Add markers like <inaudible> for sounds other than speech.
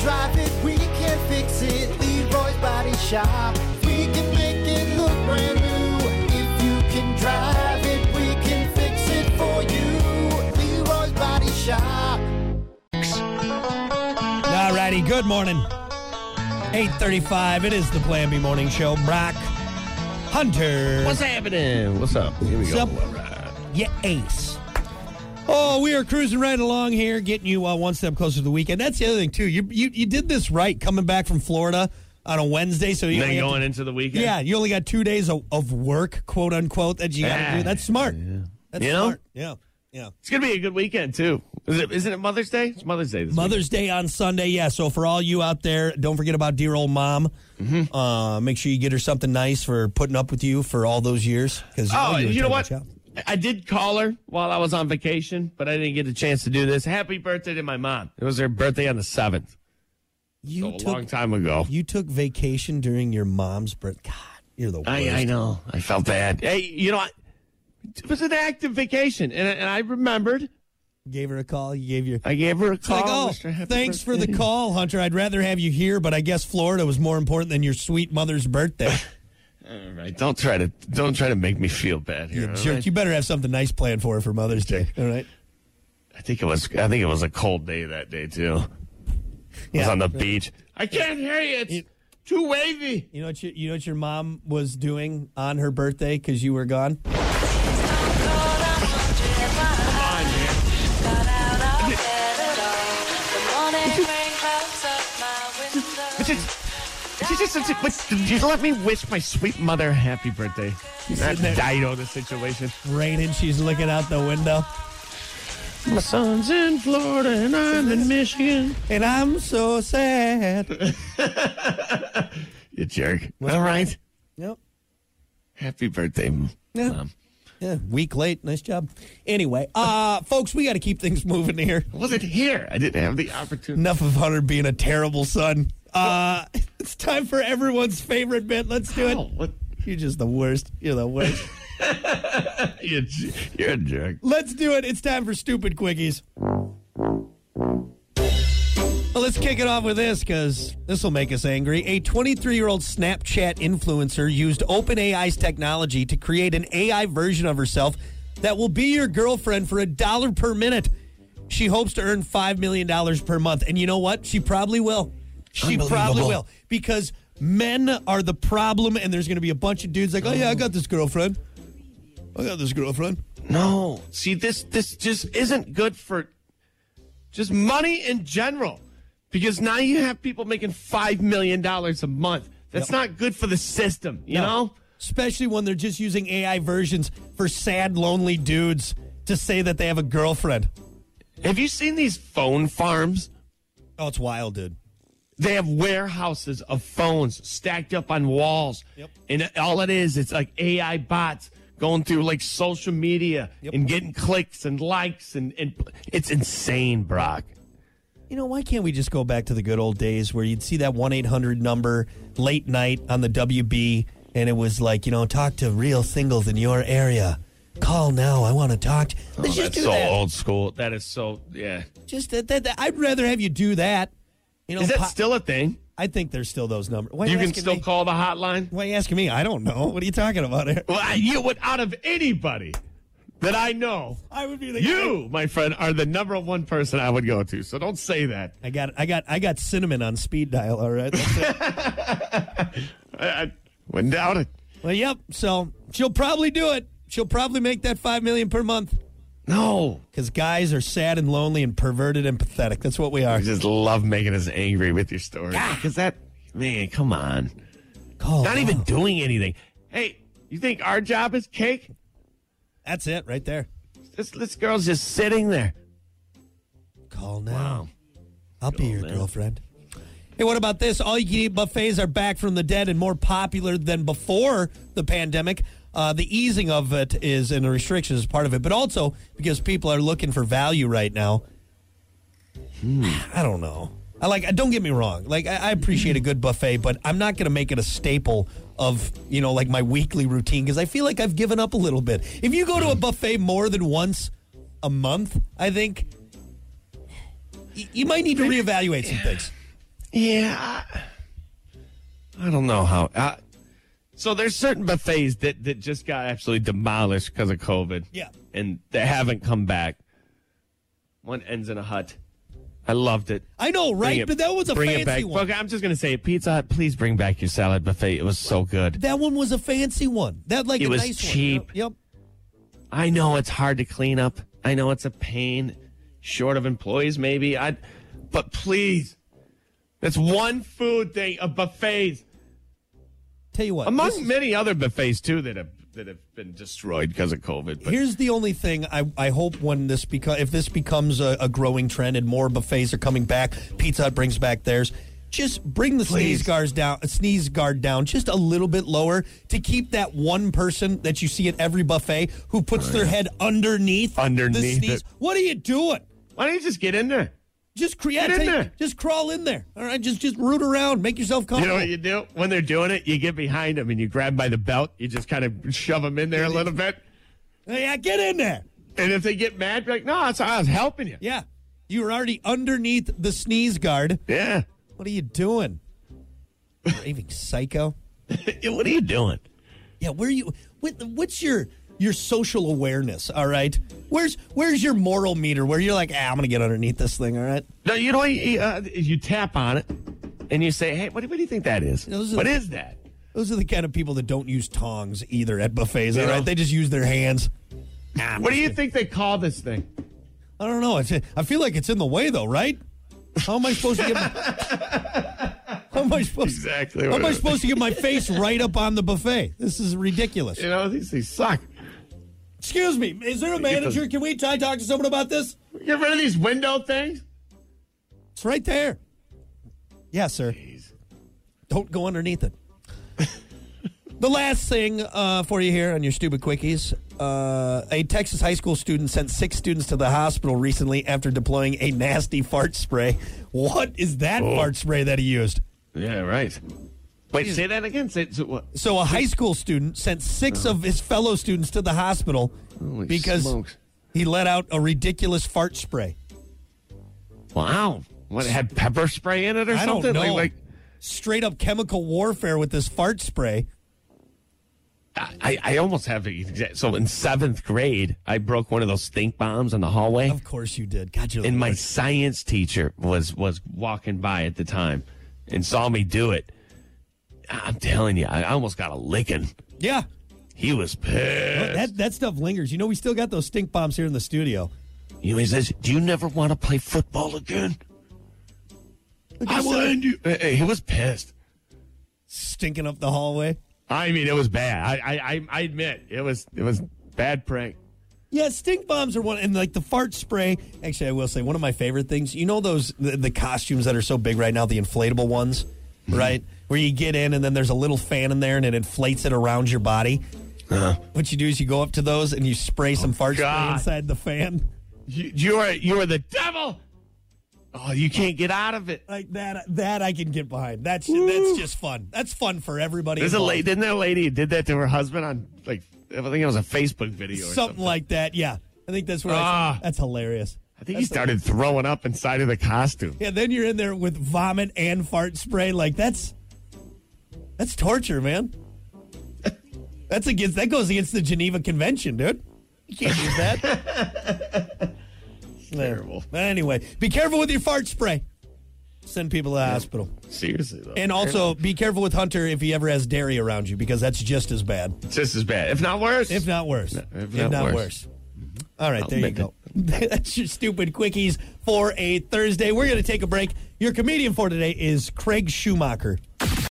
drive it, we can fix it. Leroy's Body Shop. We can make it look brand new. If you can drive it, we can fix it for you. Leroy's Body Shop. Alrighty, good morning. 8.35, it is the Plan B Morning Show. Brock Hunter. What's happening? What's up? Here we go. Sup? Yeah, ace. Oh, we are cruising right along here, getting you uh, one step closer to the weekend. That's the other thing, too. You, you, you did this right, coming back from Florida on a Wednesday. So you And then only have to- going into the weekend. yeah, you only got two days of, of work, quote unquote, that you got to Yeah. do. That's smart. That's You know? smart. Yeah, yeah. It's gonna be a good weekend too. Is it? Isn't it Mother's Day? It's Mother's Day. This Mother's Day on Sunday, yeah. So for all you out there, don't forget about dear old mom. Mm-hmm. Uh, make sure you get her something nice for putting up with you for all those years. Because Weekend. Oh, you, you, were know too what? much out. I did call her while I was on vacation, but I didn't get a chance to do this. Happy birthday to my mom. It was her birthday on the seventh, You a took long time ago. you took vacation during your mom's birth. God, you're the worst. I, I know. I felt bad. Hey, you know, I, it was an active vacation, and, I- and I remembered. Gave her a call. You gave your. I gave her a call. Like, oh, Mr. Happy thanks for the Birthday. call, Hunter. I'd rather have you here, but I guess Florida was more important than your sweet mother's birthday. All right, don't try to don't try to make me feel bad here. you <laughs> all jerk. right? You better have something nice planned for her for Mother's <laughs> Day. All right. I think it was I think it was a cold day that day too. I was Yeah. on the beach. I can't hear you. It's too wavy. You know what you, you know what your mom was doing on her birthday because you were gone. It's just, it's just, it's just, but did you let me wish my sweet mother happy birthday. That's there. Dido the situation. Raining, she's looking out the window, My son's in Florida and I'm in Michigan. and I'm so sad. You jerk. All right. yep. Happy birthday, m- Yeah. mom. Yeah, week late. Nice job. Anyway, <laughs> uh, folks, we got to keep things moving here. I wasn't here. I didn't have the opportunity. Enough of Hunter being a terrible son. Uh, <laughs> it's time for everyone's favorite bit. Let's do Oh, it. what? You're just the worst. You're the worst. You, j- you're a jerk. Let's do it. It's time for stupid quickies. Well, let's kick it off with this because this will make us angry. A 23 year old Snapchat influencer used OpenAI's technology to create an AI version of herself that will be your girlfriend for a dollar per minute. She hopes to earn $5 million per month. And you know what? She probably will. She probably Unbelievable. will because men are the problem, and there's going to be a bunch of dudes like, oh, yeah, I got this girlfriend. I got this girlfriend. No. See, this this just isn't good for just money in general. Because now you have people making five million dollars a month. That's not good for the system, you know? Especially when they're just using AI versions for sad, lonely dudes to say that they have a girlfriend. Have you seen these phone farms? Oh, it's wild, dude. They have warehouses of phones stacked up on walls. Yep. And all it is, it's like AI bots going through like social media Yep. and getting clicks and likes and, and it's insane, Brock. You know, why can't we just go back to the good old days where you'd see that 1 800 number late night on the WB and it was like, you know, talk to real singles in your area. Call now. I want to talk. To-. Oh, Let's just do so that. old school. That is so yeah. Just that, that, that- I'd rather have you do that. You know, Is that po- still a thing? I think there's still those numbers. Why are You can asking still me? call the hotline. Why are you asking me? I don't know. What are you talking about <laughs> here? Well, I, you would out of anybody that I know, I would be the you, my friend, are the number one person I would go to. So don't say that. I got I got I got cinnamon on speed dial. All right. That's it. I, I wouldn't doubt it. well, yep. So she'll probably do it. She'll probably make that five million per month No, because guys are sad and lonely and perverted and pathetic. That's what we are. I just love making us angry with your story because that man, come on, Call not now. even doing anything. Hey, you think our job is cake? That's it right there. This this girl's just sitting there. Call now. Wow. I'll be your man. girlfriend. Hey, what about this? All you can eat buffets are back from the dead and more popular than before the pandemic. Uh, the easing of it is, and the restrictions is part of it, but also because people are looking for value right now. <sighs> I don't know. I like. uh, Don't get me wrong. Like, I, I appreciate a good buffet, but I'm not going to make it a staple of you know like my weekly routine because I feel like I've given up a little bit. If you go to a buffet more than once a month, I think y- you might need to reevaluate some things. Yeah, I, I don't know how. I, so there's certain buffets that that just got absolutely demolished because of COVID. Yeah. and they haven't come back. One ends in a hut. I loved it. I know, Bring right? it- but that was a bring fancy it back. one. Okay, I'm just gonna say, it. Pizza Hut, please bring back your salad buffet. It was so good. That one was a fancy one. That like It a was nice cheap. One. Yep. I know it's hard to clean up. I know it's a pain. Short of employees, maybe. I, but please, that's one food thing of buffets. Tell you what. Among this is- many other buffets too that have that have been destroyed because of COVID. But Here's the only thing I, I hope when this beco- if this becomes a, a growing trend and more buffets are coming back, Pizza Hut brings back theirs. Just bring the sneeze Please. guards down, uh, sneeze guard down, just a little bit lower to keep that one person that you see at every buffet who puts their head underneath the Oh, Underneath sneeze. it. What are you doing? why don't you just get in there? Just create, Get in there. just crawl in there. All right, just just root around, make yourself You know comfortable. what you do when they're doing it? You get behind them and you grab 'em by the belt. You just kind of shove them in there a little bit. yeah, get in there. And if they get mad, be like, "No, it's, I was helping you." Yeah, you were already underneath the sneeze guard. Yeah. What are you doing? Raving psycho. what are you doing? Yeah, where you? What, what's your your social awareness? All right, where's where's your moral meter? Where you're like, ah, I'm gonna get underneath this thing. All right, No, you know what? You, uh, you tap on it and you say, "Hey, what, do- what do you think that is? Those are What the- is that?" those are the kind of people that don't use tongs either at buffets. All Yeah. right, they just use their hands. Ah, I'm What do just you kidding. think they call this thing? I don't know. It's, I feel like it's in the way though, right? How am I supposed to get? My, how am I supposed? Exactly How what am I it is. supposed to get my face right up on the buffet? This is ridiculous. You know, these things suck. Excuse me, is there a manager? Can we try talk to someone about this? Get rid of these window things. It's right there. Yeah, sir. Don't go underneath it. the last thing uh, for you here on your stupid quickies uh, a Texas high school student sent six students to the hospital recently after deploying a nasty fart spray. What is that Oh. fart spray that he used? Yeah, right. Wait, say that again. Say so what? So, a high school student sent six of his fellow students to the hospital Holy because smokes. he let out a ridiculous fart spray. Wow. What it had pepper spray in it or I don't something? know. Like, Straight up chemical warfare with this fart spray. like I, I almost have the exact. So in seventh grade, I broke one of those stink bombs in the hallway, Of course you did. God, you're the and my worst. science teacher was was walking by at the time, and saw me do it. I'm telling you, I almost got a licking. Yeah. He was pissed. That that stuff lingers. You know, we still got those stink bombs here in the studio. You know, he says, "Do you never want to play football again?" I will end you. Eh, eh, He was pissed. Stinking up the hallway. I mean, it was bad. I, I, I, I admit it was it was bad prank. Yeah, stink bombs are one, and like the fart spray. Actually, I will say one of my favorite things. You know those the, the costumes that are so big right now, the inflatable ones, Mm-hmm. right? Where you get in and then there's a little fan in there and it inflates it around your body. What you do is you go up to those and you spray some fart spray Uh-huh. Oh, God. inside the fan You, you are you are the devil. Oh, you can't get out of it. like that. That I can get behind. That's that's just fun. That's fun for everybody. There's a involved. lady. Didn't there a lady who did that to her husband on like I think it was a Facebook video or something, something. like that. Yeah, I think that's where I, Ah. that's hilarious. I think he started throwing up inside of the costume. Yeah, then you're in there with vomit and fart spray. Like that's that's torture, man. That's against that goes against the Geneva Convention, dude. You can't use <laughs> that. There. Terrible. Anyway, be careful with your fart spray. Send people to the hospital. Seriously though. And also be careful with Hunter if he ever has dairy around you because that's just as bad, it's just as bad, if not worse. if not worse. If, not worse. All right, there you admit go. <laughs> That's your stupid quickies for a Thursday. We're going to take a break. Your comedian for today is Craig Schumacher.